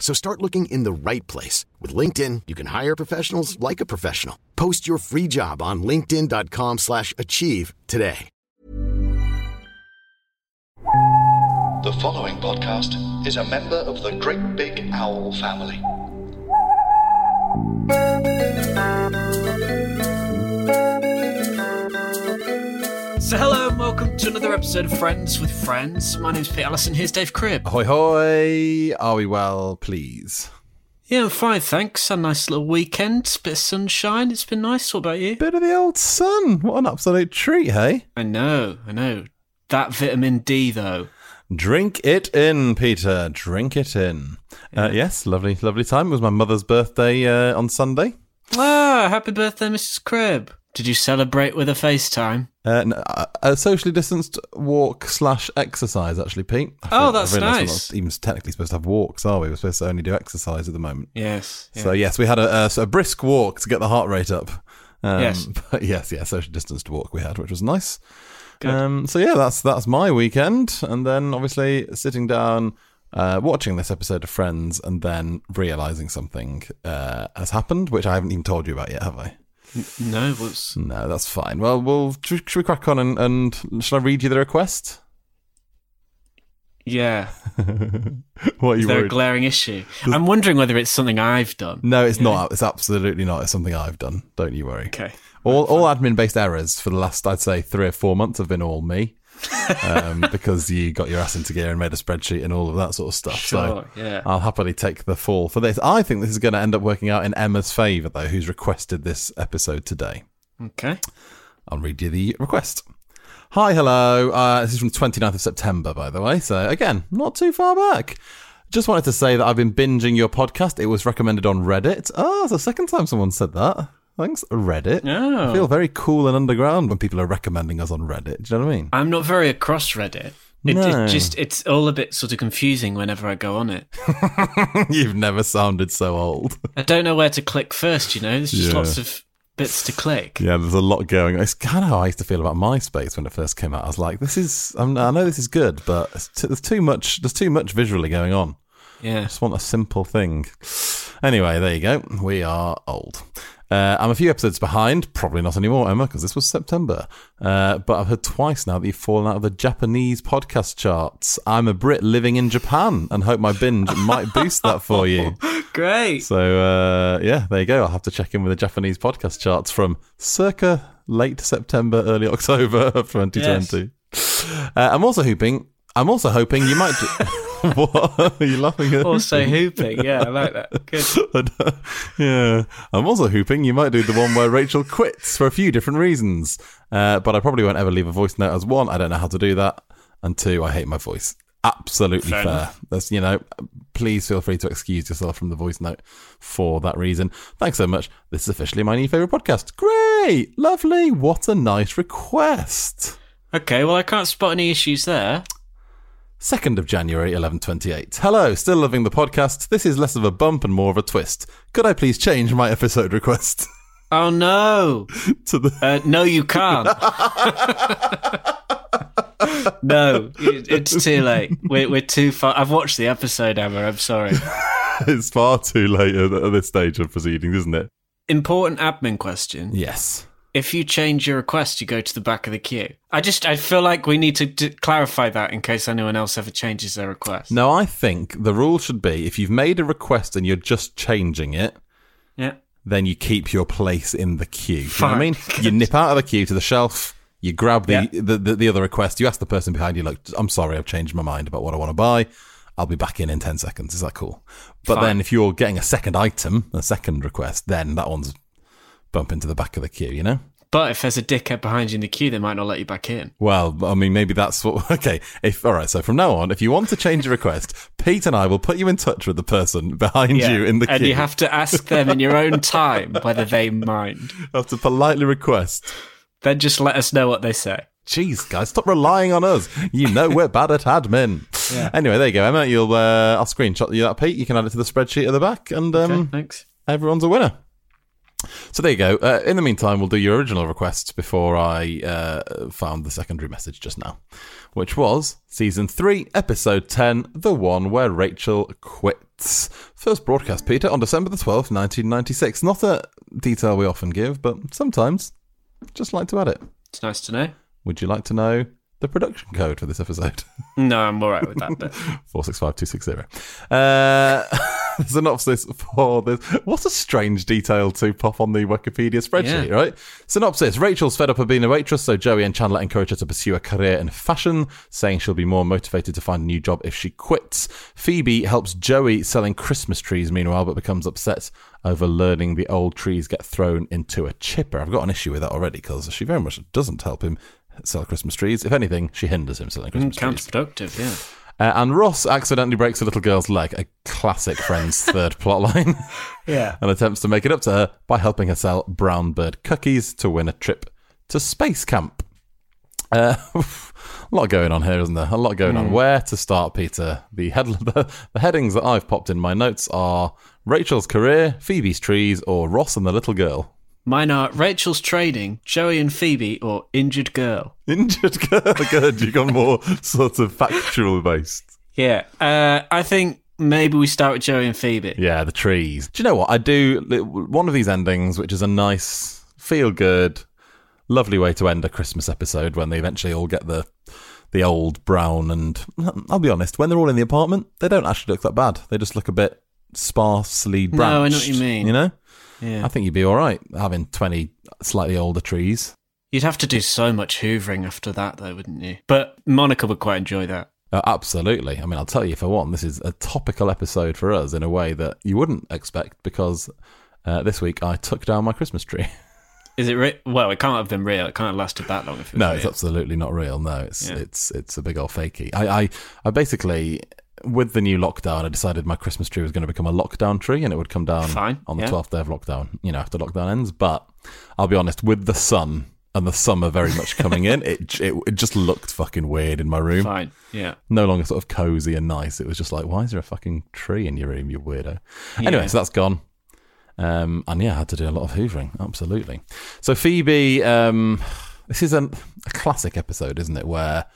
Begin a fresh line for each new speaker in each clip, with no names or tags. So start looking in the right place. With LinkedIn, you can hire professionals like a professional. Post your free job on linkedin.com/achieve slash achieve today.
The following podcast is a member of the Great Big Owl family.
So hello and welcome to another episode of Friends with Friends. My name's Pete Allison, here's Dave Cribb.
Hoy hoy, are we well, please?
Yeah, I'm fine, thanks. A nice little weekend, bit of sunshine, it's been nice. What about you?
Bit of the old sun. What an absolute treat, hey?
I know, I know. That vitamin D though.
Drink it in, Peter. Drink it in. Uh, yes, lovely, lovely time. It was my mother's birthday uh, on Sunday.
Ah, happy birthday, Mrs. Cribb. Did you celebrate with a FaceTime?
Uh, n- a- a socially distanced walk slash exercise, actually, Pete. I
Oh,
feel- I
that's
realise we're
nice.
not even technically supposed to have walks, are we? We're supposed to only do exercise at the moment.
Yes. yeah.
So yes, we had a, a, a brisk walk to get the heart rate up. Um,
Yes.
but yes, yeah, social distanced walk we had, which was nice.
Good.
Um, so yeah, that's that's my weekend, and then obviously sitting down, uh, watching this episode of Friends, and then realizing something uh, has happened, which I haven't even told you about yet, have I?
No, what's
No, that's fine. Well, we'll should we crack on and, and shall I read you the request?
yeah.
What are you
Is there a
worried?
glaring issue? I'm wondering whether it's something I've done.
no, it's not. It's absolutely not. It's something I've done. Don't you worry.
Okay.
All, all admin based errors for the last, I'd say, three or four months have been all me um, because you got your ass into gear and made a spreadsheet and all of that sort of stuff.
Sure,
so
yeah.
I'll happily take the fall for this. I think this is going to end up working out in Emma's favour, though, who's requested this episode today.
Okay.
I'll read you the request. Hi, hello. Uh, this is from 29th of September, by the way. So, again, not too far back. Just wanted to say that I've been binging your podcast. It was recommended on Reddit. Oh, it's the second time someone said that. Thanks, Reddit.
Oh.
I feel very cool and underground when people are recommending us on Reddit. Do you know what I mean?
I'm not very across Reddit. It,
No.
it just it's all a bit sort of confusing whenever I go on it.
You've never sounded so old.
I don't know where to click first, you know? There's just
Yeah.
lots of bits to click.
Yeah, there's a lot going. on. It's kind of how I used to feel about MySpace when it first came out. I was like, "This is. I'm, I know this is good, but it's t- there's too much. There's too much visually going on."
Yeah.
just want a simple thing. Anyway, there you go. We are old. Uh, I'm a few episodes behind, probably not anymore, Emma, because this was September. Uh, but I've heard twice now that you've fallen out of the Japanese podcast charts. I'm a Brit living in Japan and hope my binge might boost that for you.
Great.
So, uh, yeah, there you go. I'll have to check in with the Japanese podcast charts from circa late September, early October of 2020. Uh, I'm also hoping. I'm also hoping you might. what? Are you laughing at?
Also hooping. Yeah, I like that. Good.
uh, yeah. I'm also hoping you might do the one where Rachel quits for a few different reasons. Uh, but I probably won't ever leave a voice note as one, I don't know how to do that. And two, I hate my voice. Absolutely fair. That's you know, please feel free to excuse yourself from the voice note for that reason. Thanks so much. This is officially my new favourite podcast. Great, lovely, what a nice request.
Okay, well I can't spot any issues there.
2nd of January, 1128. Hello, still loving the podcast. This is less of a bump and more of a twist. Could I please change my episode request?
Oh no.
to the
Uh, no you can't. no, it- it's too late. We're, we're too far. I've watched the episode, Emma. I'm sorry.
it's far too late at at this stage of proceedings, isn't it?
Important admin question.
Yes.
If you change your request, you go to the back of the queue. I just I feel like we need to d- clarify that in case anyone else ever changes their request.
No, I think the rule should be if you've made a request and you're just changing it,
Yeah.
then you keep your place in the queue. Do You know what I
Fine.
mean? You nip out of the queue to the shelf, You grab the,
Yeah.
the, the the other request. You ask the person behind you, "Look, I'm sorry, I've changed my mind about what I want to buy. I'll be back in in ten seconds. Is that cool?" But
Fine.
then, if you're getting a second item, a second request, then that one's bump into the back of the queue. You know.
But if there's a dickhead behind you in the queue, they might not let you back in.
Well, I mean, maybe that's what. Okay, if all right. So from now on, if you want to change a request, Pete and I will put you in touch with the person behind you in the queue.
and you have to ask them in your own time whether they mind.
have to politely request.
Then just let us know what they say.
Jeez, guys, stop relying on us. You know we're bad at admin. Anyway, there you go, Emma. You'll uh, I'll screenshot you that, Pete. You can add it to the spreadsheet at the back, and um,
Okay, thanks.
everyone's a winner. So there you go. Uh, in the meantime, we'll do your original request before I uh, found the secondary message just now, which was season three, episode ten, the one where Rachel quits. First broadcast, Peter, on December the twelfth, nineteen ninety six. Not a detail we often give, but sometimes just like to add it.
It's nice to know.
Would you like to know the production code for this episode?
No, I'm all right with that bit.
465260. Uh, there's an synopsis for this. What a strange detail to pop on the Wikipedia spreadsheet,
Yeah.
right? Synopsis Rachel's fed up of being a waitress, so Joey and Chandler encourage her to pursue a career in fashion, saying she'll be more motivated to find a new job if she quits. Phoebe helps Joey selling Christmas trees, meanwhile, but becomes upset over learning the old trees get thrown into a chipper. I've got an issue with that already because she very much doesn't help him sell Christmas trees. If anything, she hinders him selling Christmas trees.
Counterproductive, yeah.
Uh, and Ross accidentally breaks a little girl's leg, a classic Friends third plotline,
Yeah.
and attempts to make it up to her by helping her sell brown bird cookies to win a trip to space camp. Uh, a lot going on here, isn't there? A lot going on. Where to start, Peter? The, head- the, the headings that I've popped in my notes are Rachel's career, Phoebe's trees, or Ross and the little girl.
Mine are Rachel's trading, Joey and Phoebe, or injured girl.
Injured girl. Good, you've gone more sort of factual based.
Yeah. Uh, I think maybe we start with Joey and Phoebe.
Yeah, the trees. Do you know what? I do li- one of these endings, which is a nice, feel good, lovely way to end a Christmas episode when they eventually all get the the old brown and I'll be honest, when they're all in the apartment, they don't actually look that bad. They just look a bit sparsely
No, I know what
branched.
you mean.
You know,
Yeah.
I think you'd be all right having twenty slightly older trees.
You'd have to do so much hoovering after that, though, wouldn't you? But Monica would quite enjoy that.
Uh, absolutely. I mean, I'll tell you for one, this is a topical episode for us in a way that you wouldn't expect because uh, this week I took down my Christmas tree.
Is it re- well? It can't have been real. It can't have lasted that long. If it was
No,
real.
it's absolutely not real. No, it's
Yeah.
it's it's a big old fakey. I, I I basically with the new lockdown, I decided my Christmas tree was going to become a lockdown tree, and it would come down
Fine,
on the
yeah.
twelfth day of lockdown. You know, after lockdown ends. But I'll be honest, with the sun and the summer very much coming in, it, it it just looked fucking weird in my room.
fine. Yeah.
No longer sort of cozy and nice. It was just like, why is there a fucking tree in your room, you weirdo? Anyway, so that's gone. Um, and yeah, I had to do a lot of hoovering, absolutely. So Phoebe, um, this is an, a classic episode, isn't it? Where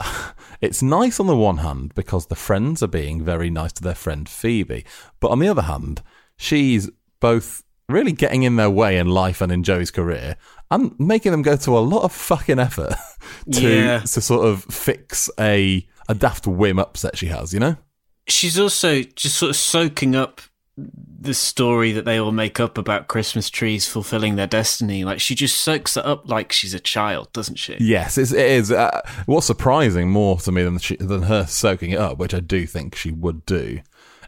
it's nice on the one hand because the friends are being very nice to their friend Phoebe, but on the other hand, she's both really getting in their way in life and in Joey's career and making them go to a lot of fucking effort to
Yeah.
to sort of fix a a daft whim upset she has, you know?
She's also just sort of soaking up the story that they all make up about Christmas trees fulfilling their destiny. Like she just soaks it up like she's a child, doesn't she?
Yes, it's, it is. Uh, what's surprising more to me than she, than her soaking it up, which I do think she would do,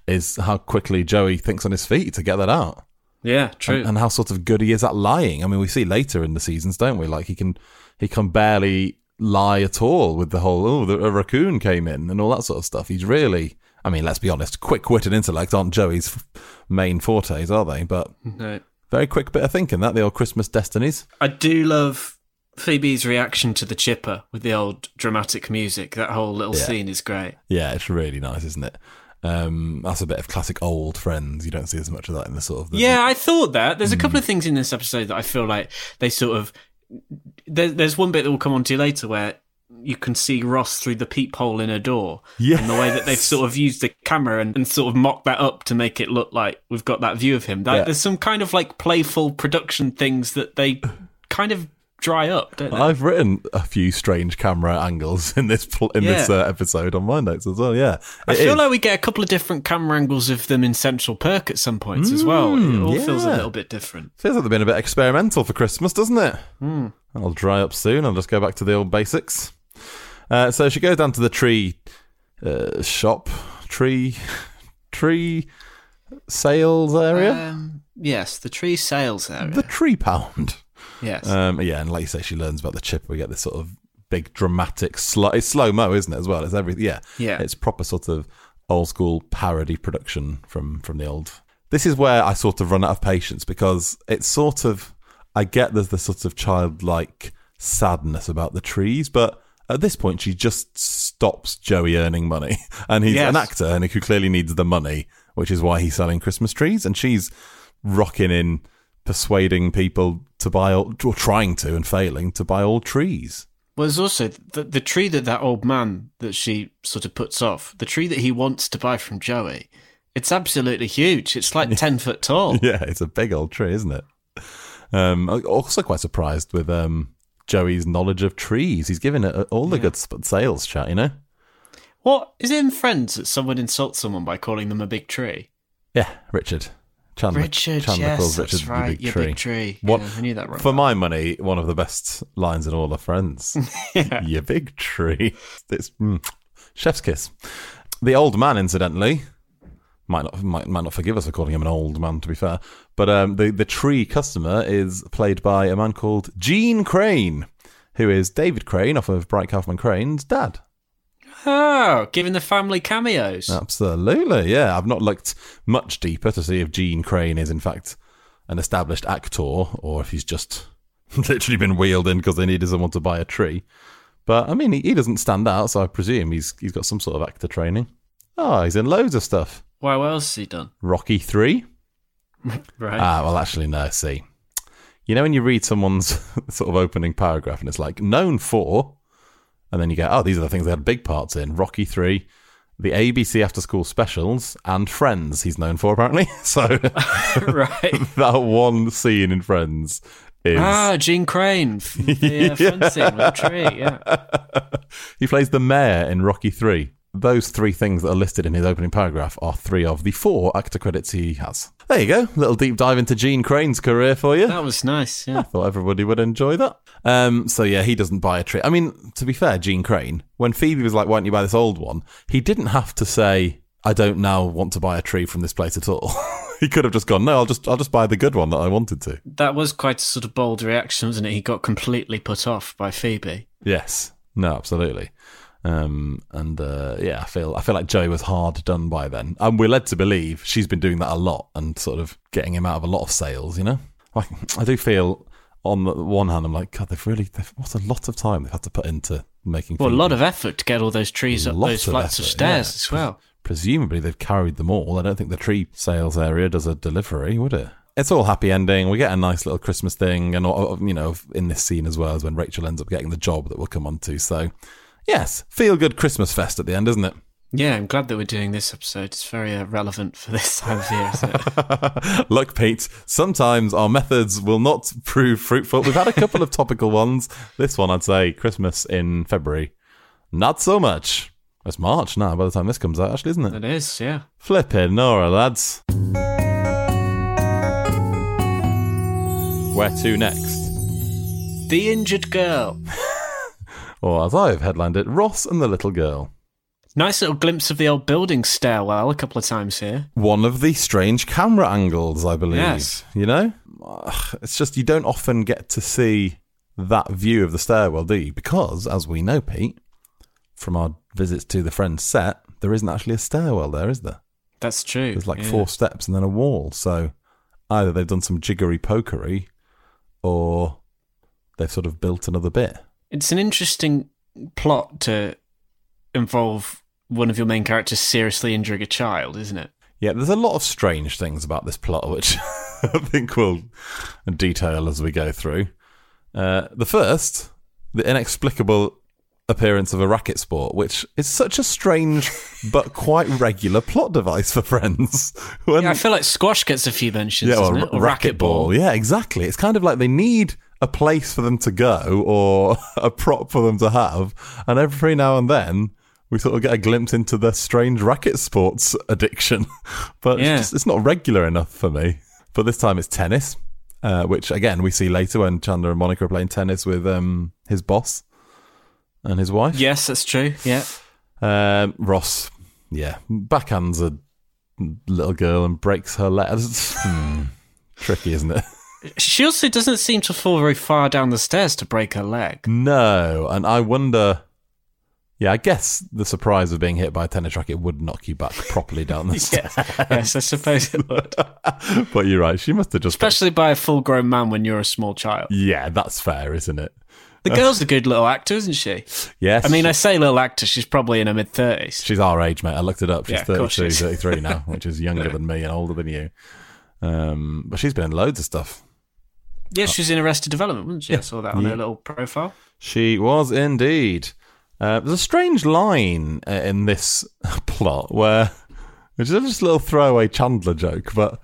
is how quickly Joey thinks on his feet to get that out,
Yeah, true.
and, and how sort of good he is at lying. I mean, we see later in the seasons, don't we? Like he can he can barely lie at all with the whole oh the, a raccoon came in and all that sort of stuff. He's really, I mean, let's be honest, quick wit and intellect aren't Joey's f- main fortes, are they? But
no.
very quick bit of thinking that the old Christmas destinies.
I do love Phoebe's reaction to the chipper with the old dramatic music. That whole little
Yeah.
scene is great.
Yeah, it's really nice, isn't it? Um, that's a bit of classic old friends. You don't see as much of that in the sort of the,
Yeah, I thought that. There's a couple of
Hmm.
things in this episode that I feel like they sort of. There, there's one bit that we'll come on to later where you can see Ross through the peephole in a door.
Yes.
And the way that they've sort of used the camera and, and sort of mocked that up to make it look like we've got that view of him. Like,
Yeah.
There's some kind of like playful production things that they kind of dry up, don't they?
I've written a few strange camera angles in this pl- in this
Yeah.
uh, episode on my notes as well. Yeah,
I
It
feel
is.
like we get a couple of different camera angles of them in Central Perk at some points as well. It all feels a
Hmm, yeah.
little bit different. Hmm.
feels like they've been a bit experimental for Christmas, doesn't it? That'll dry up soon. I'll just go back to the old basics. Uh, so she goes down to the tree uh, shop, tree, tree sales area,
Um, yes, the tree sales area.
the tree pound.
yes.
Um, yeah, and like you say, she learns about the chip. We get this sort of big dramatic slow. It's slow mo, isn't it? As well, it's every yeah,
Yeah.
It's proper sort of old school parody production from from the old. This is where I sort of run out of patience because it's sort of I get there's this sort of childlike sadness about the trees, but at this point she just stops Joey earning money, and he's
Yes.
an actor and who clearly needs the money, which is why he's selling Christmas trees, and she's rocking in persuading people to buy all, or trying to and failing to buy all trees.
well, there's also the, the tree that that old man that she sort of puts off, the tree that he wants to buy from Joey. It's absolutely huge. It's like 10 foot tall.
Yeah, it's a big old tree, isn't it? Um, I'm also quite surprised with um, Joey's knowledge of trees. He's given it all the good sp- sales chat, you know.
What? Is it in Friends that someone insults someone by calling them a big tree?
Yeah, Richard. Chandler,
Richard,
Chandler
yes,
calls
that's
Richard the
right,
big
your
tree.
big tree.
What,
Yeah, I knew that right
For
away.
my money, one of the best lines in all of Friends. Your big tree. It's mm, chef's kiss. The old man, incidentally, might not might, might not forgive us for calling him an old man. To be fair, but um, the the tree customer is played by a man called Gene Crane, who is David Crane off of Bright Kaufman Crane's dad.
Oh, giving the family cameos.
Oh. Absolutely, yeah. I've not looked much deeper to see if Gene Crane is in fact an established actor or if he's just literally been wheeled in because they needed someone to buy a tree. But I mean, he, he doesn't stand out, so I presume he's he's got some sort of actor training. Oh, he's in loads of stuff.
Why, what else has he done?
Rocky Three.
Right.
Ah, well, actually, no. See, you know when you read someone's sort of opening paragraph and it's like known for, and then you go, oh, these are the things they had big parts in: Rocky Three, the ABC After School Specials, and Friends. He's known for apparently. So
right.
that one scene in Friends is
Ah, Gene Crane, from the uh, Friends scene with the tree. Yeah.
he plays the mayor in Rocky Three. Those three things that are listed in his opening paragraph are three of the four actor credits he has. There you go, little deep dive into Gene Crane's career for you.
That was nice.
I
Yeah.
thought everybody would enjoy that. Um, so yeah, he doesn't buy a tree. I mean, to be fair, Gene Crane, when Phoebe was like, "Why don't you buy this old one?" He didn't have to say, "I don't now want to buy a tree from this place at all." he could have just gone, "No, I'll just I'll just buy the good one that I wanted to."
That was quite a sort of bold reaction, wasn't it? He got completely put off by Phoebe.
Yes, no, absolutely. Um, and uh, yeah, I feel I feel like Joey was hard done by then, and we're led to believe she's been doing that a lot and sort of getting him out of a lot of sales. You know, like I do feel. On the one hand, I'm like, God, they've really, they've, what a lot of time they've had to put into making.
Well, a
Phoebe
lot of effort to get all those trees up
Lots
those
of
flights of
effort,
stairs
yeah.
as well.
presumably they've carried them all. I don't think the tree sales area does a delivery, would it? It's all happy ending. We get a nice little Christmas thing, and uh, you know, in this scene as well is when Rachel ends up getting the job that we'll come on to. So, yes, feel good Christmas fest at the end, isn't it?
Yeah, I'm glad that we're doing this episode. It's very uh, relevant for this time of year. Isn't it?
Look, Pete, sometimes our methods will not prove fruitful. We've had a couple of topical ones. This one, I'd say, Christmas in February, not so much. It's March now. By the time this comes out, actually, isn't
it
it?
is, yeah.
Flippin' Nora, lads. Where to next?
The injured girl.
Or as I've headlined it, Ross and the Little Girl.
Nice little glimpse of the old building stairwell a couple of times here.
One of the strange camera angles, I believe.
Yes.
You know? Ugh, It's just you don't often get to see that view of the stairwell, do you? Because, as we know, Pete, from our visits to the Friends set, there isn't actually a stairwell there, is there?
That's true.
There's like
yeah.
four steps and then a wall. So either they've done some jiggery pokery or they've sort of built another bit.
It's an interesting plot to involve one of your main characters seriously injuring a child, isn't it?
Yeah, there's a lot of strange things about this plot, which I think we'll detail as we go through. Uh, the first, the inexplicable appearance of a racket sport, which is such a strange but quite regular plot device for friends. When-
Yeah, I feel like squash gets a few mentions,
yeah,
doesn't
or,
it? Or
racquetball. Yeah, exactly. It's kind of like they need a place for them to go or a prop for them to have, and every now and then we sort of get a glimpse into their strange racket sports addiction. but
Yeah.
it's, just, it's not regular enough for me. But this time it's tennis, uh, which again we see later when Chandler and Monica are playing tennis with um, his boss and his wife.
Yes, that's true. Yeah.
Um, Ross, yeah, backhands a little girl and breaks her legs. Hmm. Tricky, isn't it?
She also doesn't seem to fall very far down the stairs to break her leg.
No, and I wonder. Yeah, I guess the surprise of being hit by a tennis racket would knock you back properly down the stairs.
Yes, yes I suppose it would.
but you're right; she must have just.
Especially by a full grown man when you're a small child.
yeah, that's fair, isn't it?
The girl's a good little actor, isn't she?
Yes.
I mean, I say little actor, she's probably in her mid 30s.
She's our age, mate. I looked it up. She's
Yeah, of course
32,
she is.
33 now, which is younger than me and older than you. Um, but she's been in loads of stuff.
Yeah, she was in Arrested Development, wasn't she? I saw that on her little profile.
She was indeed. Uh, there's a strange line uh, in this plot where, which is just a little throwaway Chandler joke, but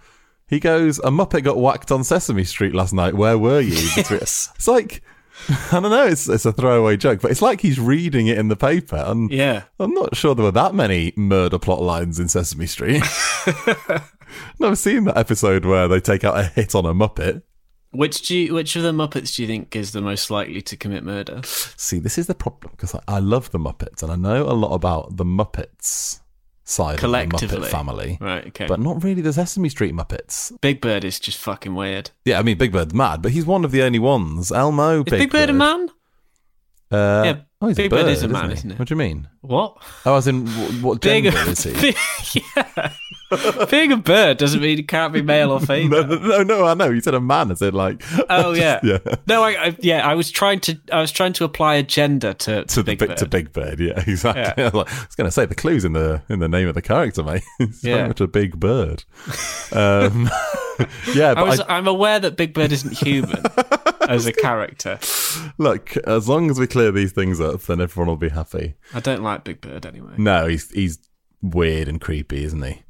he goes, "A Muppet got whacked on Sesame Street last night. Where were you?" Between- It's like I don't know. It's it's a throwaway joke, but it's like he's reading it in the paper, and
Yeah.
I'm not sure there were that many murder plot lines in Sesame Street. no, I've seen that episode where they take out a hit on a Muppet.
Which do you, which of the Muppets do you think is the most likely to commit murder?
See, this is the problem because I, I love the Muppets and I know a lot about the Muppets side of the Muppet
Collectively.
family,
Right, okay.
but not really the Sesame Street Muppets.
Big Bird is just fucking weird.
Yeah, I mean Big Bird's mad, but he's one of the only ones.
Is
Elmo,
Big, Bird, a man?
Uh,
Yeah,
oh, he's
Big
a
Bird
bird,
is a man,
he?
isn't he?
What do you mean?
What?
Oh, as in wh- what
Big,
gender is he?
yeah. Being a bird doesn't mean it can't be male or female.
No, no, no, no, I know. You said a man. I said like,
Oh yeah,
yeah.
No, I, I yeah, I was trying to I was trying to apply a gender to, to,
to
Big
the
Bird.
bit to Big Bird. Yeah, exactly.
Yeah.
I was like- I was going to say the clues in the in the name of the character, mate. It's
Yeah.
very much a big bird. Um, yeah,
I
but
was
I-
I, am aware that Big Bird isn't human as a character.
look, as long as we clear these things up, then everyone will be happy.
I don't like Big Bird anyway.
No, he's he's weird and creepy, isn't he?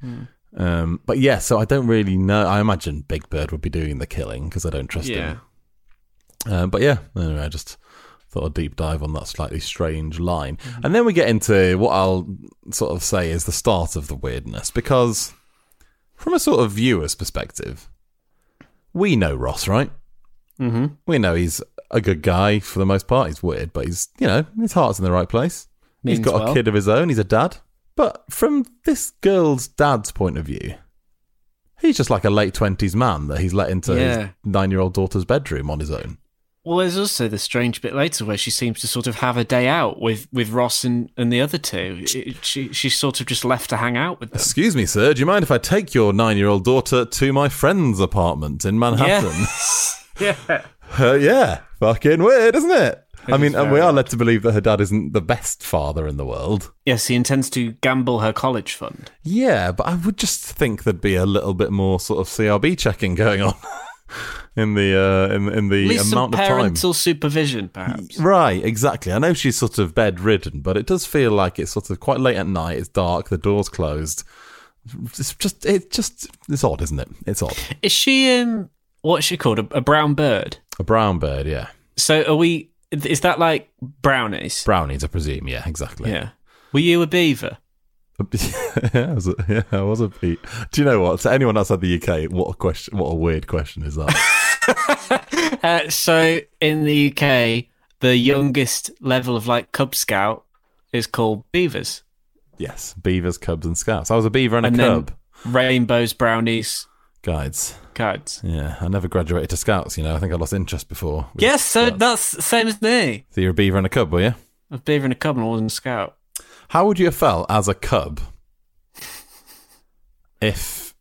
Um, but yeah, so I don't really know. I imagine Big Bird would be doing the killing because I don't trust
Yeah,
him. Um, but yeah, anyway, I just thought I'd deep dive on that slightly strange line. And then we get into what I'll sort of say is the start of the weirdness, because from a sort of viewer's perspective, we know Ross, right? Mm-hmm. We know he's a good guy for the most part. He's weird, but he's, you know, his heart's in the right place. he's
Means
got a
well.
kid of his own. He's a dad. But from this girl's dad's point of view, he's just like a late 20s man that he's let into his
Yeah.
nine year old daughter's bedroom on his own.
Well, there's also the strange bit later where she seems to sort of have a day out with, with Ross and, and the other two. It- she she's sort of just left to hang out with them.
Excuse me, sir. Do you mind if I take your nine-year-old daughter to my friend's apartment in Manhattan?
yeah.
Yeah, yeah. fucking weird, isn't it? I
It
mean,
is
and
very
we are
odd.
led to believe that her dad isn't the best father in the world.
Yes, he intends to gamble her college fund.
Yeah, but I would just think there'd be a little bit more sort of CRB checking going on in the uh, in in the
At least some
amount of time.
parental supervision, perhaps.
Right, exactly. I know she's sort of bedridden, but it does feel like it's sort of quite late at night. It's dark. The door's closed. It's just, it just, it's odd, isn't it? It's odd.
Is she um what's she called? A, a brown bird?
A brown bird, yeah.
So are we? Is that like brownies?
Brownies, I presume. Yeah, exactly.
yeah. Were you a beaver?
yeah, I was a, yeah, I was a beat. Do you know what? To anyone outside the UK, what a question! What a weird question is that?
Uh, so in the UK, the youngest level of like Cub Scout is called beavers,
yes, beavers, cubs, and scouts. I was a beaver and a
And then-
cub.
rainbows, brownies,
Guides.
cards.
Yeah, I never graduated to scouts. You know, I think I lost interest before. with
Yes, so
scouts.
that's the same as me.
so you're a beaver and a cub, were you?
A beaver and a cub, and I wasn't a scout.
How would you have felt as a cub if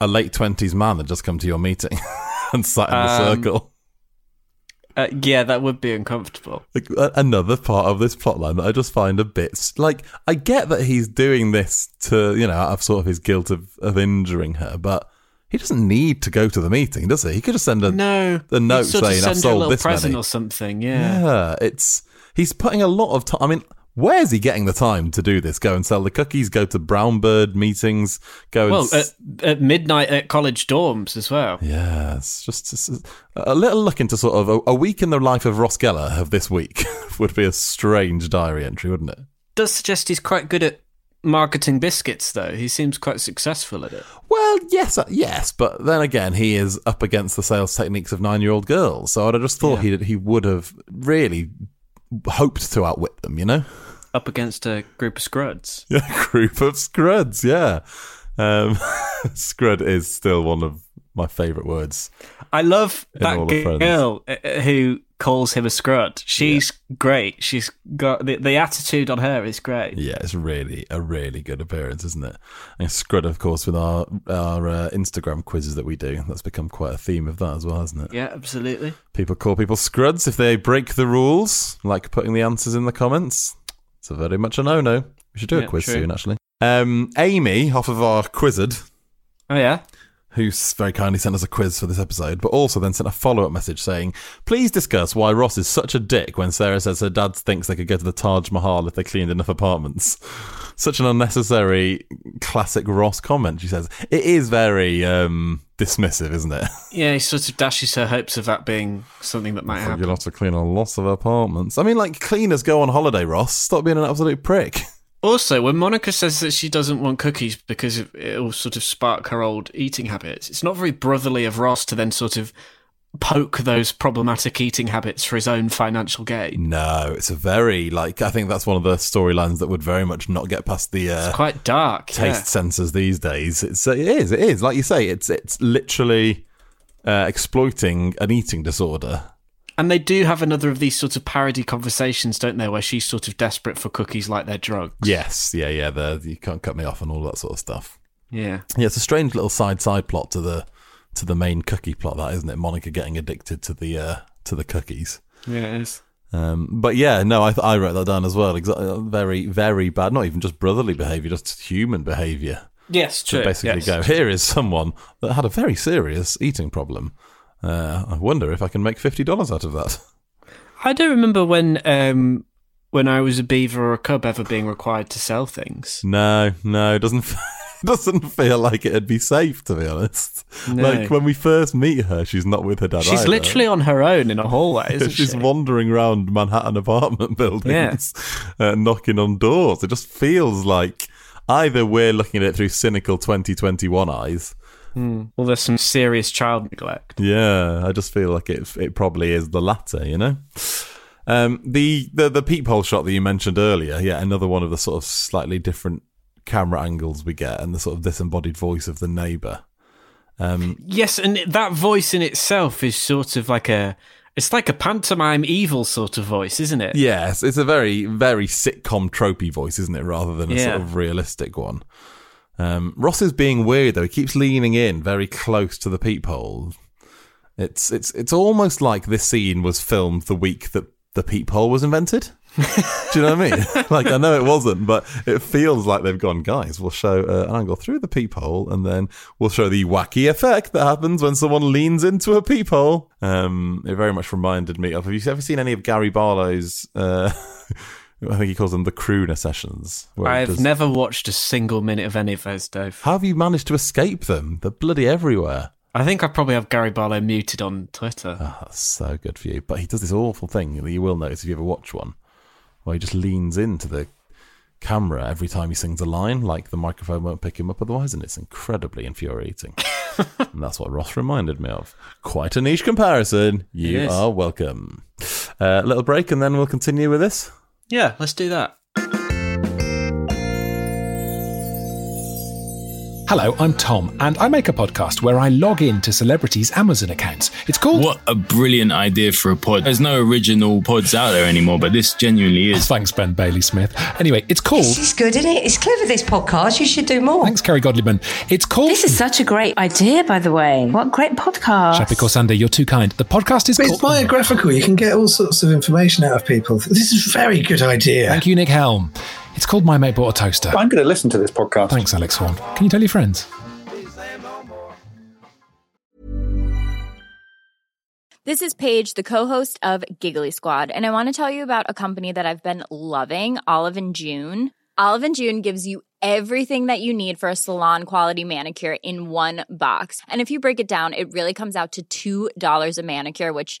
a late twenties man had just come to your meeting and sat in the
Um,
circle?
Uh, yeah, that would be uncomfortable.
like a- another part of this plotline that I just find a bit like I get that he's doing this to you know out of sort of his guilt of, of injuring her, but he doesn't need to go to the meeting, does he? He could have sent a
No,
a note
you'd sort of send
saying I've
her a
sold
little
this
present
many.
or something. Yeah.
Yeah, it's he's putting a lot of time. I mean, where's he getting the time to do this? Go and sell the cookies, go to Brownbird meetings, go and
Well, uh,
s-
at, at midnight at college dorms as well.
yeah, it's just, it's just- a little look into sort of a, a week in the life of Ross Geller of this week would be a strange diary entry, wouldn't it?
does suggest he's quite good at marketing biscuits, though. He seems quite successful at it.
Well, yes, uh, yes, but then again, he is up against the sales techniques of nine-year-old girls. So I'd have just thought he he would have really hoped to outwit them. You know,
Up against a group of scruds.
yeah, group of scruds. Yeah, um, scrud is still one of my favourite words.
I love
In all
that
the friends.
girl uh, who calls him a scrud. She's great. She's got the, the attitude on her is great.
Yeah, it's really a really good appearance, isn't it? And scrud, of course, with our our uh, Instagram quizzes that we do, that's become quite a theme of that as well, hasn't it?
Yeah, absolutely.
People call people scruds if they break the rules, like putting the answers in the comments. It's a very much a no no. We should do
Yeah,
a quiz
true.
soon, actually. Um, Amy, off of our Quizzard,
Oh yeah.
who s- very kindly sent us a quiz for this episode, but also then sent a follow up message saying, Please discuss why Ross is such a dick when Sarah says her dad thinks they could go to the Taj Mahal if they cleaned enough apartments. Such an unnecessary classic Ross comment, she says. It is very um, dismissive, isn't it?
Yeah, he sort of dashes her hopes of that being something that might happen.
You'll have to clean a lot of apartments. I mean, like, cleaners go on holiday, Ross. Stop being an absolute prick.
Also, when Monica says that she doesn't want cookies because it- it'll sort of spark her old eating habits, it's not very brotherly of Ross to then sort of poke those problematic eating habits for his own financial gain.
No, it's a very, like, I think that's one of the storylines that would very much not get past the uh,
It's quite dark.
taste sensors these days. It's, uh, it is, it is. Like you say, it's, it's literally uh, exploiting an eating disorder.
yeah. And they do have another of these sort of parody conversations, don't they, where she's sort of desperate for cookies like they're drugs.
Yes, yeah, yeah. The, you can't cut me off and all that sort of stuff.
Yeah.
Yeah, it's a strange little side side plot to the to the main cookie plot, that isn't it? Monica getting addicted to the uh, to the cookies.
Yeah, it is.
Um, but yeah, no, I, I wrote that down as well. Exactly, very, very bad. Not even just brotherly behaviour, just human behaviour.
Yes,
To
true.
basically
yes.
go, here is someone that had a very serious eating problem. Uh, I wonder if I can make fifty dollars out of that.
I don't remember when um, when I was a beaver or a cub ever being required to sell things.
No, no, it doesn't doesn't feel like it'd be safe to be honest.
No.
Like when we first meet her, she's not with her dad.
She's
either.
literally on her own in a hallway, isn't
She's
she?
wandering around Manhattan apartment buildings, uh, knocking on doors. It just feels like either we're looking at it through cynical 2021 eyes.
Well, there's some serious child neglect.
Yeah, I just feel like it. It probably is the latter, you know. Um, the the the peephole shot that you mentioned earlier, yeah, another one of the sort of slightly different camera angles we get, and the sort of disembodied voice of the neighbour.
Yes, and that voice in itself is sort of like a. It's like a pantomime evil sort of voice, isn't it?
Yes, it's a very, very sitcom tropey voice, isn't it? Rather than a
Yeah.
sort of realistic one. Um, Ross is being weird though. He keeps leaning in very close to the peephole. It's it's it's almost like this scene was filmed the week that the peephole was invented. Do you know what I mean? like I know it wasn't, but it feels like they've gone, guys. We'll show uh, an angle through the peephole, and then we'll show the wacky effect that happens when someone leans into a peephole. Um, it very much reminded me of. Have you ever seen any of Gary Barlow's? Uh, I think he calls them the crooner sessions. where he
I've
does-
never watched a single minute of any of those, Dave.
How have you managed to escape them? They're bloody everywhere.
I think I probably have Gary Barlow muted on Twitter.
Oh, that's so good for you. But he does this awful thing that you will notice if you ever watch one, where he just leans into the camera every time he sings a line, like the microphone won't pick him up otherwise, and it's incredibly infuriating. and that's what Ross reminded me of. Quite a niche comparison.
It
You
is.
are welcome. Uh, little break, and then we'll continue with this.
Yeah, let's do that.
Hello, I'm Tom, and I make a podcast where I log in to celebrities' Amazon accounts. It's called
What a brilliant idea for a pod. There's no original pods out there anymore, but this genuinely is.
Thanks, Ben Bailey Smith. Anyway, it's called.
This is good, isn't it? It's clever, this podcast. You should do more.
Thanks, Kerry Godleyman. It's called.
This is such a great idea, by the way. What a great podcast.
Shapiko Sande, you're too kind. The podcast is
It's
called.
biographical. You can get all sorts of information out of people. This is a very good idea.
Thank you, Nick Helm. It's called My Mate Bought a Toaster.
I'm going to listen to this podcast.
Thanks, Alex Horn. Can you tell your friends?
This is Paige, the co-host of Giggly Squad, and I want to tell you about a company that I've been loving, Olive and June. Olive and June gives you everything that you need for a salon quality manicure in one box. And if you break it down, it really comes out to $2 a manicure, which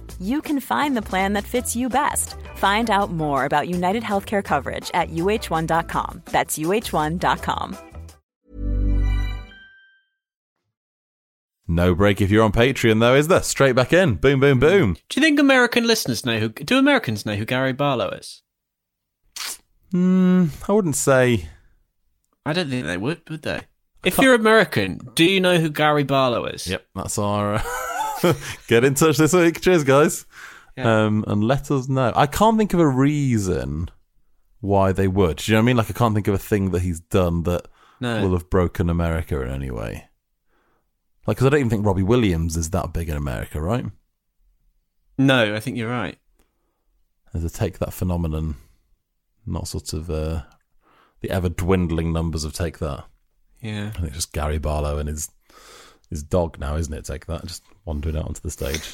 you can find the plan that fits you best. Find out more about United Healthcare coverage at uh1.com. That's uh1.com.
No break if you're on Patreon, though, is there? Straight back in. Boom, boom, boom.
Do you think American listeners know who? Do Americans know who Gary Barlow is?
Hmm, I wouldn't say.
I don't think they would, would they? If you're American, do you know who Gary Barlow is?
Yep, that's our. uh, Get in touch this week. Cheers, guys. Um, and let us know. I can't think of a reason why they would. Do you know what I mean? Like, I can't think of a thing that he's done that
No.
will have broken America in any way. Like, because I don't even think Robbie Williams is that big in America, right?
No, I think you're right.
as they take that phenomenon, not sort of uh, the ever dwindling numbers of take that.
Yeah.
I think it's just Gary Barlow and his his dog now, isn't it? Take that, just wandering out onto the stage.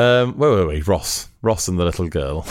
um, wait, wait, wait, Ross, Ross and the little girl.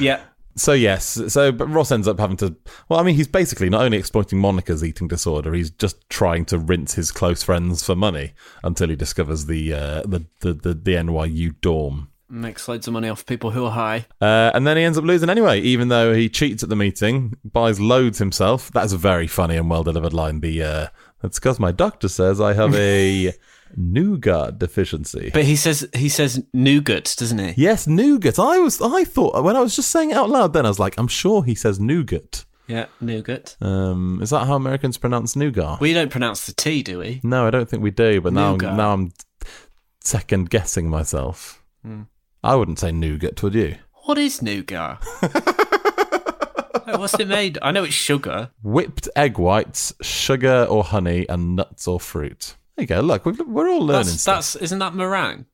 Yeah.
So yes, so but Ross ends up having to. Well, I mean, he's basically not only exploiting Monica's eating disorder, he's just trying to rinse his close friends for money until he discovers the uh, the, the the the NYU dorm.
Makes loads of money off people who are high.
Uh, and then he ends up losing anyway, even though he cheats at the meeting, buys loads himself. That's a very funny and well delivered line. The uh, that's because my doctor says I have a nougat deficiency.
But he says he says nougat, doesn't he?
Yes, nougat. I was I thought when I was just saying it out loud, then I was like, I'm sure he says nougat.
Yeah, nougat.
Um, is that how Americans pronounce nougat?
We don't pronounce the T, do we?
no, I don't think we do. But now
Nougat.
I'm, now I'm second guessing myself.
Hmm.
I wouldn't say nougat, would you?
What is nougat? Like, What's it made? I know it's sugar.
whipped egg whites, sugar or honey, and nuts or fruit. There you go. Look, we've, we're all learning
That's,
stuff.
that's isn't that meringue?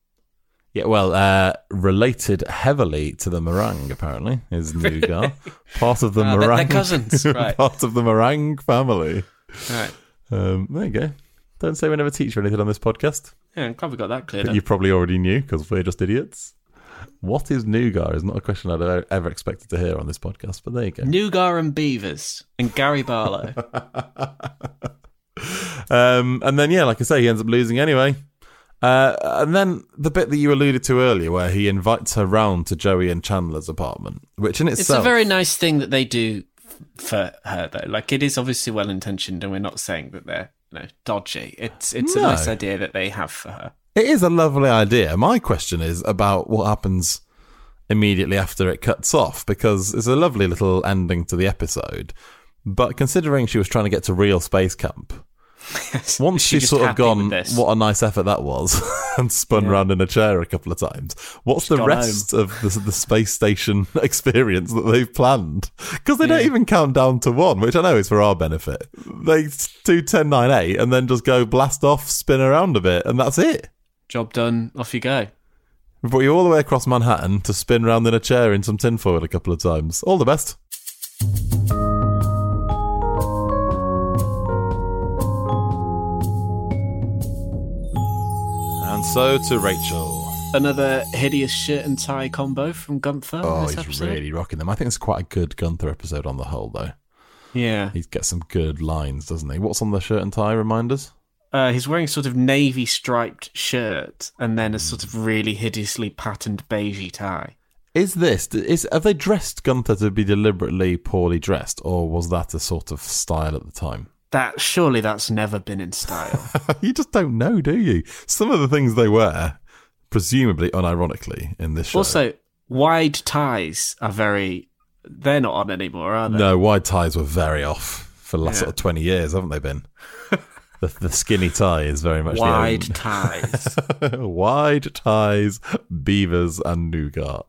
Yeah, well, uh, related heavily to the meringue, apparently, is nougat. part of the
Ah, they're- they're
meringue.
cousins, right.
part of the meringue family.
Right.
Um, there you go. Don't say we never teach you anything on this podcast.
Yeah, I'm glad we got that cleared
But
up.
you probably already knew because we're just idiots. What is nougat is not a question I'd ever- ever expected to hear on this podcast, but there you go.
Nougat and Beavers and Gary Barlow.
Um, and then yeah, like I say, he ends up losing anyway. Uh, and then the bit that you alluded to earlier, where he invites her round to Joey and Chandler's apartment, which in
it's
itself,
a very nice thing that they do f- for her, though. Like it is obviously well intentioned, and we're not saying that they're you know dodgy. It's it's a
No.
nice idea that they have for her.
it is a lovely idea. My question is about what happens immediately after it cuts off, because it's a lovely little ending to the episode. But considering she was trying to get to real space camp, once
she
she's
just
sort of
happy with
gone,
this?
what a nice effort that was, and spun round in a chair a couple of times. What's the
gone
rest of the, the space station experience that they've planned? Because they don't even count down to one, which I know is for our benefit. They do ten, nine, eight, and then just go blast off, spin around a bit, and that's it.
Job done. Off you go.
We've brought you all the way across Manhattan to spin round in a chair in some tinfoil a couple of times. All the best. And so to Rachel.
Another hideous shirt and tie combo from Gunther. in
Oh,
this
he's
episode.
really rocking them. I think it's quite a good Gunther episode on the whole, though.
Yeah.
He's got some good lines, doesn't he? What's on the shirt and tie reminders?
Uh, he's wearing sort of navy striped shirt and then a sort of really hideously patterned beigey tie.
Is this is have they dressed Gunther to be deliberately poorly dressed, or was that a sort of style at the time?
That surely that's never been in style.
you just don't know, do you? Some of the things they wear, presumably unironically, in this show.
Also, wide ties are very they're not on anymore, are they?
no, wide ties were very off for the last
Yeah.
sort of twenty years, haven't they been? the, the skinny tie is very much
Wide
the
ties.
wide ties, beavers, and nougat.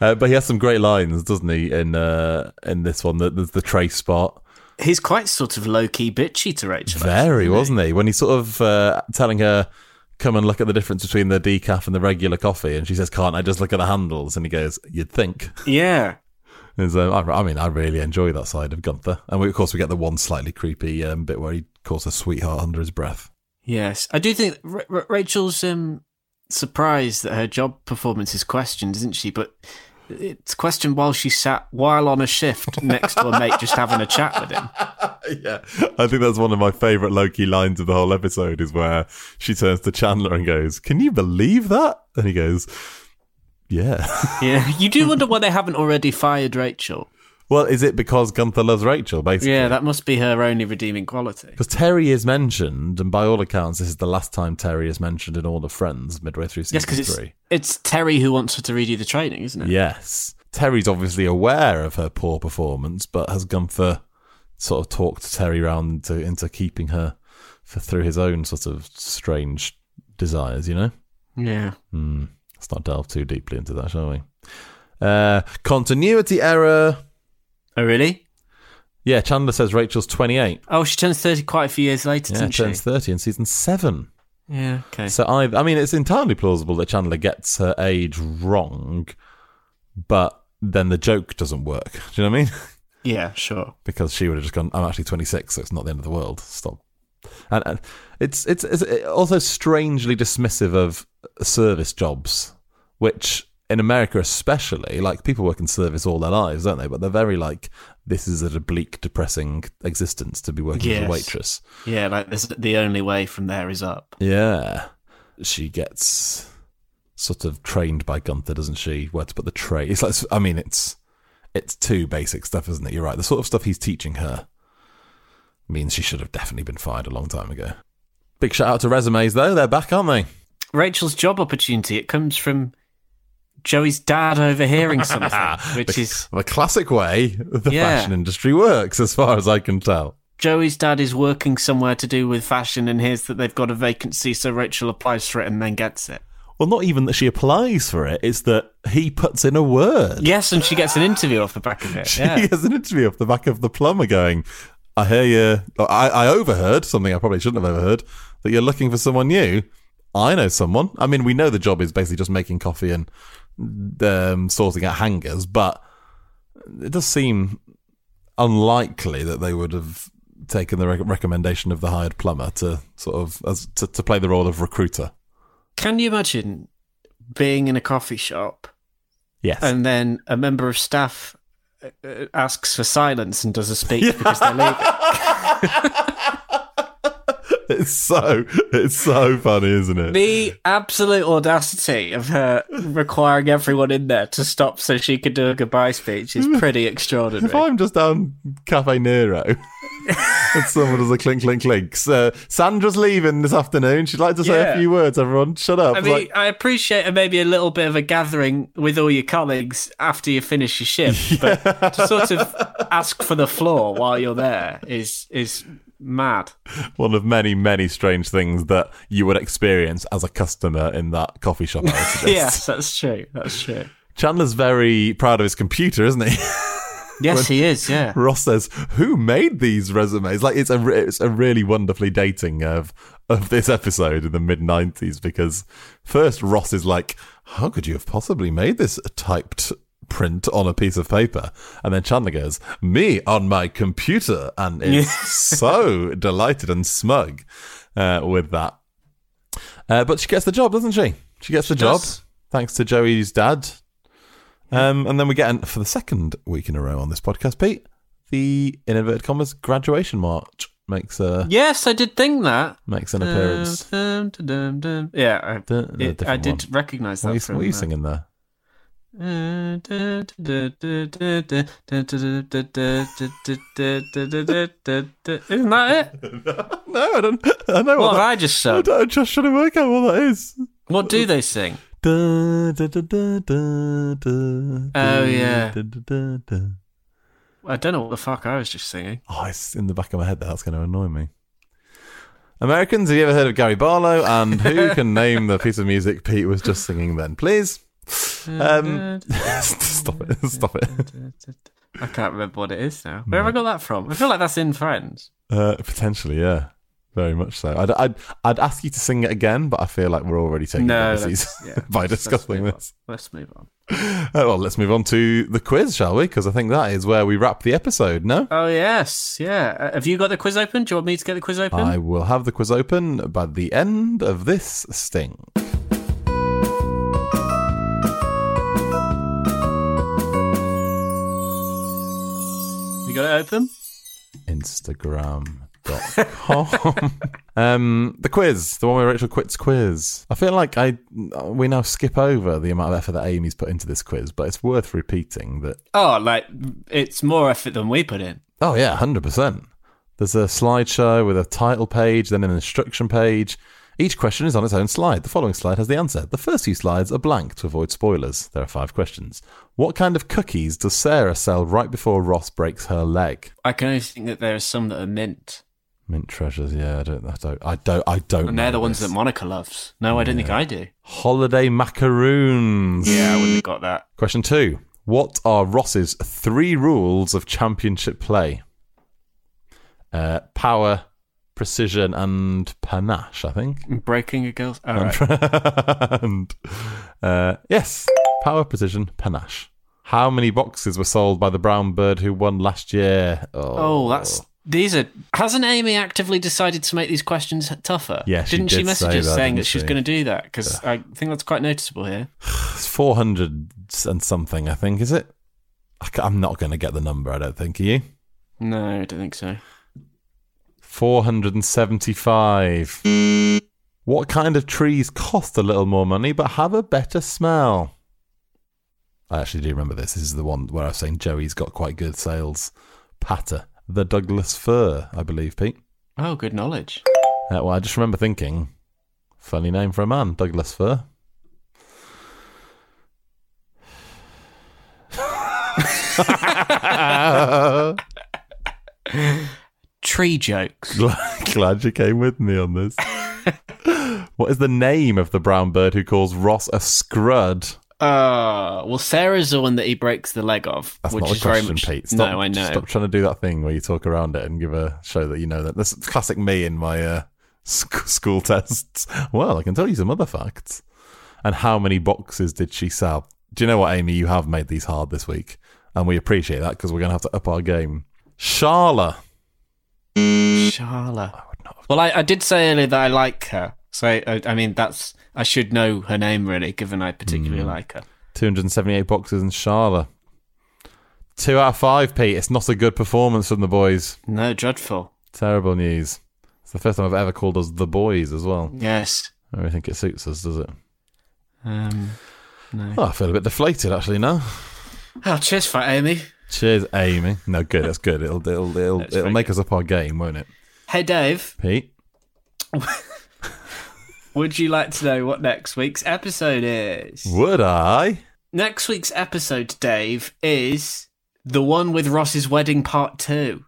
uh, but he has some great lines, doesn't he? In uh, in this one, the, the, the trace spot.
He's quite sort of low key bitchy to Rachel.
Very, wasn't he? When he's sort of uh, telling her, come and look at the difference between the decaf and the regular coffee, and she says, can't I just look at the handles? And he goes, you'd think.
Yeah.
And so, I, I mean, I really enjoy that side of Gunther. And we, of course, we get the one slightly creepy um, bit where he calls her sweetheart under his breath.
Yes, I do think R- R- Rachel's um, surprised that her job performance is questioned, isn't she? But it's questioned while she sat while on a shift next to a mate just having a chat with him.
yeah. I think that's one of my favourite Loki lines of the whole episode is where she turns to Chandler and goes, can you believe that? And he goes, yeah.
Yeah, you do wonder why they haven't already fired Rachel.
well, is it because Gunther loves Rachel, basically?
Yeah, that must be her only redeeming quality.
Because Terry is mentioned, and by all accounts, this is the last time Terry is mentioned in all the Friends midway through
Yes,
season
because it's
three.
it's Terry who wants her to redo the training, isn't it?
Yes. Terry's obviously aware of her poor performance, but has Gunther sort of talked Terry round into, into keeping her for, through his own sort of strange desires, you know?
Yeah.
Hmm. let's not delve too deeply into that, shall we? Uh, continuity error.
Oh, really?
Yeah, Chandler says Rachel's 28.
Oh, she turns thirty quite a few years later,
Yeah,
doesn't
turns
she?
30 in season seven.
Yeah. Okay.
So I, I mean, it's entirely plausible that Chandler gets her age wrong, but then the joke doesn't work. Do you know what I mean?
yeah, sure.
because she would have just gone, "I'm actually 26, so it's not the end of the world." Stop. And, and it's it's it's also strangely dismissive of service jobs, which in America especially, like people work in service all their lives, don't they? But they're very like, this is an oblique, depressing existence to be working as
Yes.
a waitress.
Yeah, like this, the only way from there is up.
Yeah. She gets sort of trained by Gunther, doesn't she? Where to put the tray. It's like, I mean, it's it's too basic stuff, isn't it? You're right. The sort of stuff he's teaching her means she should have definitely been fired a long time ago. Big shout out to resumes, though. They're back, aren't they?
Rachel's job opportunity. It comes from Joey's dad overhearing something, which
Ah, the,
is
the classic way the
Yeah.
fashion industry works, as far as I can tell.
Joey's dad is working somewhere to do with fashion and hears that they've got a vacancy, so Rachel applies for it and then gets it.
Well, not even that she applies for it, it's that he puts in a word.
Yes, and she gets an interview off the back of it.
She
Yeah.
has an interview off the back of the plumber going, I hear you. I, I overheard something I probably shouldn't have overheard that you're looking for someone new. I know someone. I mean, we know the job is basically just making coffee and um, sorting out hangers, but it does seem unlikely that they would have taken the rec- recommendation of the hired plumber to sort of as to, to play the role of recruiter.
Can you imagine being in a coffee shop
Yes.
and then a member of staff uh, uh, asks for silence and does a speech because they're leaving?
It's so it's so funny, isn't it?
The absolute audacity of her requiring everyone in there to stop so she could do a goodbye speech is pretty extraordinary.
If I'm just down Cafe Nero and someone does a clink, clink, clink, so Sandra's leaving this afternoon. She'd like to say
Yeah.
a few words, everyone. Shut up.
I
It's
mean,
like,
I appreciate maybe a little bit of a gathering with all your colleagues after you finish your shift, but to sort of ask for the floor while you're there is is mad.
one of many, many strange things that you would experience as a customer in that coffee shop. I would suggest.
Yes, that's true. That's true.
Chandler's very proud of his computer, isn't he?
Yes, he is. Yeah.
Ross says, "Who made these resumes?" Like it's a re- it's a really wonderfully dating of of this episode in the mid '90s because first Ross is like, "How could you have possibly made this typed print on a piece of paper?" And then Chandler goes, "Me on my computer," and is so delighted and smug uh, with that. Uh, but she gets the job, doesn't she? She gets the job
does.
thanks to Joey's dad. Um, and then we get, an, for the second week in a row on this podcast, Pete, the in inverted commas graduation march makes a
Yes, I did think that.
makes an appearance.
Dum, dum, dum, dum. Yeah, I,
Dun- no,
Uh, it- I
different
did
one.
recognize that.
What are you,
from uh,
what are you
that.
singing there?
Uh, da, da, da, da, da, da, da, da, da, da, da, da, da, da, da, da. Isn't that it?
No, I don't. I know
What have
what that-
I just sung?
I, am just trying to work out what that is.
What do they sing?
Da, da, da, da, da, da,
Oh, yeah.
da, da, da, da.
I don't know what the fuck I was just singing.
Oh, it's in the back of my head. That's going to annoy me. Americans, have you ever heard of Gary Barlow? And who can name the piece of music Pete was just singing then, please? Um, stop it. Stop it.
I can't remember what it is now. Where
Hmm.
have I got that from? I feel like that's in Friends.
Uh, potentially, yeah. Very much so. I'd, I'd, I'd ask you to sing it again, but I feel like we're already taking
No,
liberties
that's- yeah,
by
let's- let's
discussing
move
this.
Let's move on.
Uh, well, let's move on to the quiz, shall we? Because I think that is where we wrap the episode, no?
Oh yes, yeah. Uh, have you got the quiz open? Do you want me to get the quiz open?
I will have the quiz open by the end of this sting.
You got it open?
Instagram.com. um, the quiz, the one where Rachel quits quiz. I feel like I we now skip over the amount of effort that Amy's put into this quiz, but it's worth repeating that
Oh, like it's more effort than we put in.
Oh yeah, hundred percent. There's a slideshow with a title page, then an instruction page. Each question is on its own slide. The following slide has the answer. The first few slides are blank to avoid spoilers. There are five questions. What kind of cookies does Sarah sell right before Ross breaks her leg?
I can only think that there are some that are mint,
Mint treasures. Yeah, I don't. I don't. I don't. I don't.
and they're the
know
ones
this.
that Monica loves. No, I don't think I do.
Holiday macaroons.
Yeah, I wouldn't have got that.
Question two. What are Ross's three rules of championship play? Uh, power, precision, and panache, I think.
Breaking a girl's. All
and
right.
and, uh, yes, power, precision, panache. How many boxes were sold by the brown bird who won last year?
Oh, that's these are. Hasn't Amy actively decided to make these questions tougher?
Yeah, she
didn't she
did
message
say
us
that,
saying
didn't
that she was
she?
going to do that? Because I think that's quite noticeable here.
It's 400 and something, I think, is it? I ca- I'm not going to get the number, I don't think. Are you?
No, I don't think so.
475. What kind of trees cost a little more money but have a better smell? I actually do remember this. This is the one where I was saying Joey's got quite good sales. Patter, the Douglas fir, I believe, Pete.
Oh, good knowledge.
Uh, well, I just remember thinking, funny name for a man, Douglas fir.
Tree jokes.
Glad, glad you came with me on this. what is the name of the brown bird who calls Ross a scrud?
Uh, well, Sarah's the one that he breaks the leg of,
That's
which
not
is
a question,
very much.
Pete. Stop,
no, I know.
Stop trying to do that thing where you talk around it and give a show that you know that. That's classic me in my uh, sc- school tests. Well, I can tell you some other facts. And how many boxes did she sell? Do you know what, Amy? You have made these hard this week, and we appreciate that because we're going to have to up our game. Sharla.
Charla. Well, I, I did say earlier that I like her, so I, I mean that's I should know her name really, given I particularly
Hmm.
like her.
278 boxes and Sharla. Two out of five, Pete. It's not a good performance from the boys.
No, dreadful.
Terrible news. It's the first time I've ever called us the boys as well.
Yes.
I don't think it suits us, does it?
Um. No.
Oh, I feel a bit deflated actually now.
Oh, cheers for Amy.
Cheers, Amy. No, good. That's good. It'll it'll it'll,
That's
it'll
very
make us up our game, won't it,
Hey, Dave.
Pete?
Would you like to know what next week's episode is?
Would I?
Next week's episode, Dave, is the one with Ross's wedding part two,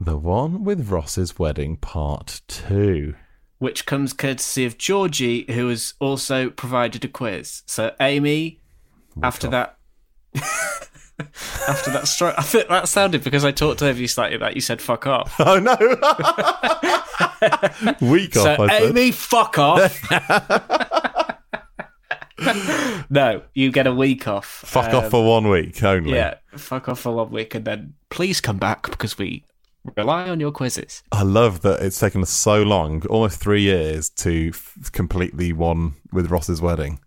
The one with Ross's wedding, part two.
which comes courtesy of Georgie, who has also provided a quiz. So, Amy, after that. After that stroke, I think that sounded because I talked over you slightly that you said "fuck off."
Oh no! Week
So
off. I said.
Amy, fuck off. no, you get a week off.
Fuck
Um,
off for one week only.
Yeah, fuck off for one week, and then please come back because we rely on your quizzes.
I love that it's taken us so long, almost three years, to f- complete the one with Ross's wedding.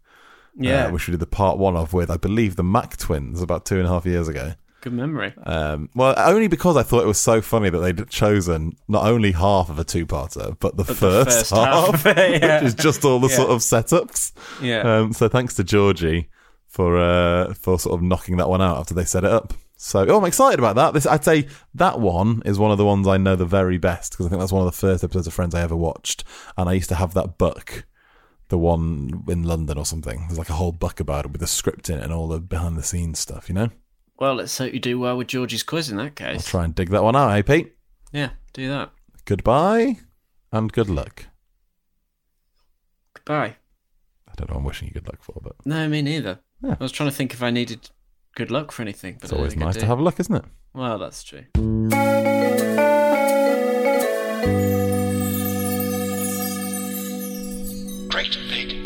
Yeah,
uh, which we did the part one of with, I believe, the Mac twins about two and a half years ago.
Good memory.
Um, well, only because I thought it was so funny that they'd chosen not only half of a two-parter, but the,
But the
first,
first
half,
half, yeah.
which is just all the
Yeah.
sort of setups.
Yeah.
Um, so thanks to Georgie for uh, for sort of knocking that one out after they set it up. So oh, I'm excited about that. This I'd say that one is one of the ones I know the very best because I think that's one of the first episodes of Friends I ever watched, and I used to have that book. The one in London or something. There's like a whole book about it with the script in it and all the behind the scenes stuff, you know?
Well, let's hope you do well with Georgie's quiz in that
I'll
case.
try and dig that one out, eh, Pete?
Yeah, do that.
Goodbye and good luck.
Goodbye.
I don't know what I'm wishing you good luck for, but
No, me neither. I was trying to think if I needed good luck for anything. But
it's
I don't
always
think I
nice to
do.
have luck, isn't it?
Well, that's true.
Great Big